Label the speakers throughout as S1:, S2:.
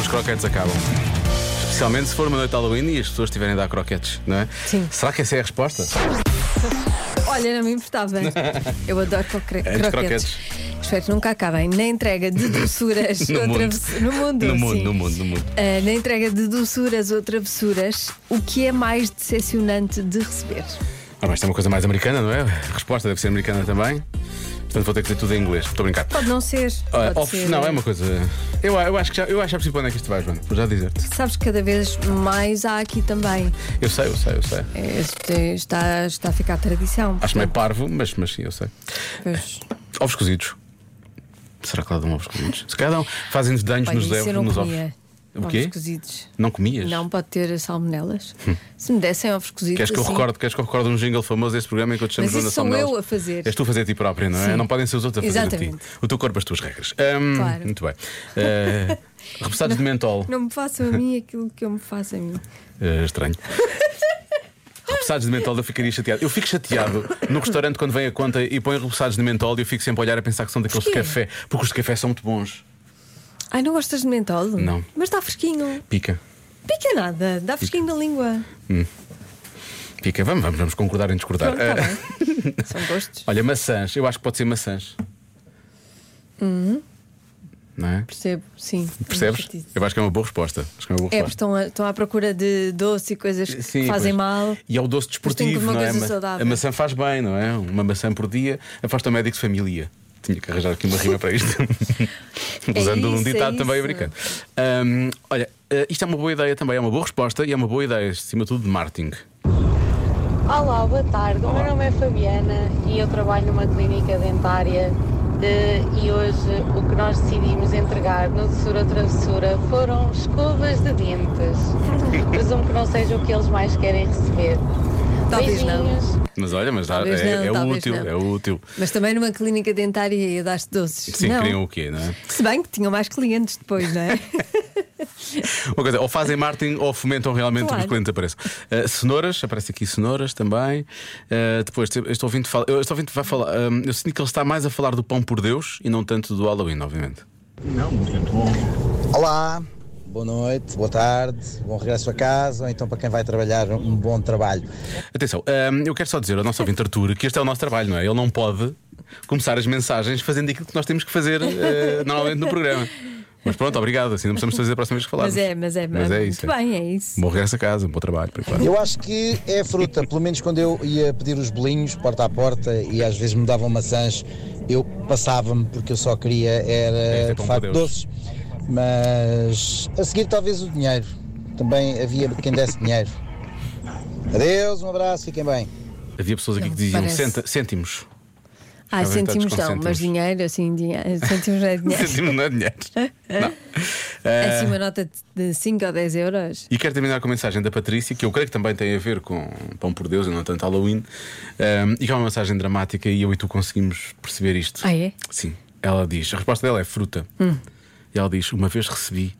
S1: as croquetes acabam. Especialmente se for uma noite de Halloween e as pessoas estiverem a dar croquetes, não é?
S2: Sim.
S1: Será que essa é a resposta?
S2: Olha, não me importava. Eu adoro cocre-
S1: Antes
S2: croquetes.
S1: croquetes.
S2: Espero que nunca acabem. Na entrega de doçuras
S1: No
S2: ou
S1: mundo.
S2: travessuras. No mundo,
S1: No mundo,
S2: sim.
S1: no mundo, no mundo.
S2: Ah, na entrega de doçuras ou travessuras, o que é mais decepcionante de receber?
S1: Ah, mas isto é uma coisa mais americana, não é? A resposta deve ser americana também. Portanto, vou ter que dizer tudo em inglês. Estou a brincar.
S2: Pode não ser.
S1: Ah,
S2: pode
S1: of-
S2: ser. né?
S1: não, é uma coisa. Eu, eu acho que já, eu acho que já percebi para onde é que isto vai, Joana. Vou já dizer-te.
S2: Sabes que cada vez mais há aqui também.
S1: Eu sei, eu sei, eu sei.
S2: Este está, está a ficar tradição.
S1: Acho meio parvo, mas, mas sim, eu sei.
S2: Pois,
S1: Ovos cozidos. Será que lá dão ovos cozidos? Se calhar dão. Fazem-nos danos
S2: olha,
S1: nos,
S2: isso
S1: ovos-
S2: eu não
S1: nos ovos.
S2: comia.
S1: O quê?
S2: Ovos cozidos.
S1: Não comias?
S2: Não pode ter salmonelas. Se me dessem ovos cozidos.
S1: Queres que, eu
S2: assim,
S1: recorde, queres que eu recorde um jingle famoso deste programa enquanto chamo
S2: Mas
S1: Joana
S2: isso sou
S1: Salmelas?
S2: eu a fazer.
S1: És tu a fazer a ti própria, não é?
S2: Sim.
S1: Não podem ser os outros a fazer a ti.
S2: Exatamente.
S1: O teu corpo, as tuas regras. Ahm,
S2: Claro.
S1: Muito bem. Ah, repousados de mentol.
S2: Não me façam a mim aquilo que eu me faço a mim.
S1: É estranho. Repousados de mentol, eu ficaria chateado. Eu fico chateado no restaurante quando vem a conta e põe repousados de mentol e eu fico sempre a olhar a pensar que são daqueles de
S2: Porquê?
S1: café, porque os de café são muito bons.
S2: Ai, não gostas de mentol?
S1: Não.
S2: Mas está fresquinho.
S1: Pica,
S2: Pica nada, dá fresquinho na língua.
S1: pica. Vamos, vamos, vamos concordar em discordar.
S2: Pronto, está
S1: Ah,
S2: bem. São gostos,
S1: olha, maçãs, eu acho que pode ser maçãs.
S2: Uhum.
S1: Não é?
S2: percebo, sim.
S1: Percebes? Eu acho que é uma boa resposta. Acho que é uma boa
S2: É,
S1: resposta.
S2: porque estão, a- estão à procura de doce e coisas que
S1: Sim,
S2: fazem
S1: pois.
S2: mal.
S1: E é o doce
S2: tem que
S1: desportivo,
S2: comer uma
S1: não é?
S2: coisa
S1: Ma-
S2: saudável.
S1: A maçã faz bem, não é? Uma maçã por dia afasta o médico de família. Tinha que arranjar aqui uma rima para isto.
S2: É
S1: Usando um
S2: isso, é
S1: ditado também
S2: isso.
S1: americano. Ahm, olha, eh, isto é uma boa ideia também, é uma boa resposta e é uma boa ideia, acima de tudo, de marketing.
S3: Olá, boa tarde. O meu nome é Fabiana e eu trabalho numa clínica dentária. eh, e hoje o que nós decidimos entregar no Doçura Travessura foram escovas de dentes. Presumo que não seja o que eles mais querem receber.
S2: Talvez não.
S3: Beijinhos.
S1: Mas olha, mas dá-
S2: Talvez
S1: é,
S2: não,
S1: é
S2: talvez
S1: útil,
S2: não.
S1: é útil.
S2: Mas também numa clínica dentária ia dar-te doces.
S1: Sim,
S2: não.
S1: queriam o quê, não é?
S2: Se bem que tinham mais clientes depois, não é?
S1: Uma coisa, ou fazem marketing ou fomentam realmente
S2: Claro.
S1: que os clientes apareçam. Eh, cenouras, aparece aqui cenouras também. Eh, depois, este ouvinte, fala, este ouvinte vai falar. hum, eu sinto que ele está mais a falar do pão por Deus e não tanto do Halloween, obviamente.
S4: Olá, boa noite, boa tarde, bom regresso a casa, ou então para quem vai trabalhar, um bom trabalho.
S1: Atenção, hum, eu quero só dizer ao nosso ouvinte Arturo que este é o nosso trabalho, não é? Ele não pode começar as mensagens fazendo aquilo que nós temos que fazer eh, normalmente no programa. Mas pronto, obrigado. Assim não precisamos fazer a próxima vez que falarmos.
S2: Mas é, mas é,
S1: mas é isso.
S2: Muito bem, é isso.
S1: Bom regresso a casa, bom trabalho. Para claro.
S4: Eu acho que é fruta, pelo menos quando eu ia pedir os bolinhos porta a porta e às vezes me davam maçãs, eu passava-me porque eu só queria
S1: Este é pão
S4: era de
S1: de
S4: facto
S1: Deus.
S4: doces. Mas a seguir talvez o dinheiro. Também havia quem desse dinheiro. Adeus, um abraço, fiquem bem.
S1: Havia pessoas aqui
S2: Não,
S1: que diziam
S2: parece.
S1: centa- cêntimos.
S2: Ah,
S1: Ficava irritados
S2: sentimos
S1: com
S2: não, mas
S1: cêntimos.
S2: dinheiro, assim, dinheiro, sentimos não é dinheiro.
S1: Cêntimos não é dinheiro. Não. Eh,
S2: Assim, uma nota de 5 ou 10 euros.
S1: E quero terminar com a mensagem da Patrícia, que eu creio que também tem a ver com Pão por Deus e não tanto Halloween, Ahm, e que é uma mensagem dramática e eu e tu conseguimos perceber isto.
S2: Ah, é? Hum.
S1: Sim. Ela diz: a resposta dela é fruta. E ela diz: uma vez recebi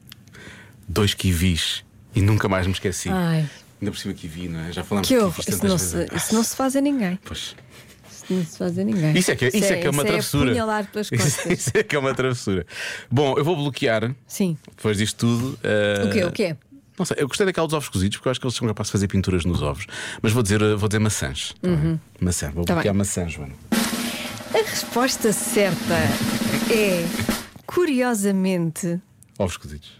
S1: dois kiwis e nunca mais me esqueci.
S2: Ai,
S1: Ainda por cima kiwi, não é? Já falamos
S2: que
S1: de
S2: horror.
S1: kiwis
S2: Isso
S1: tantas
S2: não,
S1: vezes.
S2: se,
S1: Ah,
S2: isso não se faz a ninguém.
S1: Pois.
S2: Isso não se faz a ninguém.
S1: Isso é que, isso é, que é uma
S2: isso
S1: travessura.
S2: É apunhalar pelas
S1: isso,
S2: costas.
S1: isso é que é uma travessura. Bom, eu vou bloquear,
S2: Sim.
S1: depois disto tudo.
S2: O quê?
S1: ah,
S2: O quê?
S1: Não sei, eu gostei daqueles ovos cozidos porque eu acho que eles são capazes de fazer pinturas nos ovos. Mas vou dizer, eh, vou dizer maçãs. tá bem? Maçã, vou
S2: Tá
S1: bloquear
S2: bem.
S1: maçã, Joana.
S2: A resposta certa é, curiosamente,
S1: Ovos cozidos.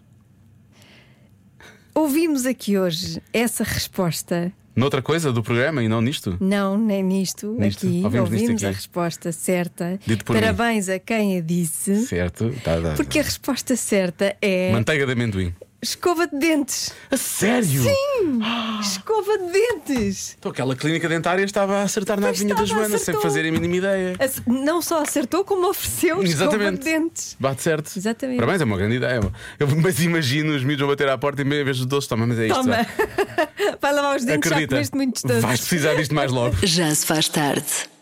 S2: ouvimos aqui hoje essa resposta.
S1: Noutra coisa do programa e não nisto?
S2: Não, nem nisto,
S1: Nisto,
S2: aqui.
S1: ouvimos nisto
S2: a
S1: aqui.
S2: resposta certa.
S1: Dito por mim.
S2: Parabéns a quem a disse.
S1: Certo, tá, tá, tá.
S2: Uhum. Porque é a resposta certa é
S1: Manteiga de amendoim.
S2: escova de dentes.
S1: A sério? Sim!
S2: Escova de dentes.
S1: Então aquela clínica dentária estava a acertar na
S2: Pois
S1: adivinha da
S2: estava,
S1: Joana sem
S2: acertou.
S1: fazer a mínima ideia.
S2: Ace- Não só acertou, como ofereceu escova de
S1: Exatamente.
S2: dentes.
S1: Bate certo.
S2: Exatamente.
S1: Parabéns, é uma grande ideia. Eu, mas imagino os miúdos vão bater à porta e em vez dos doces, toma, mas é isto.
S2: Toma.
S1: vá.
S2: Vai lavar os dentes, já
S1: Acredita.
S2: comeste muitos doces.
S1: Vais precisar disto mais logo.
S5: Já se faz tarde.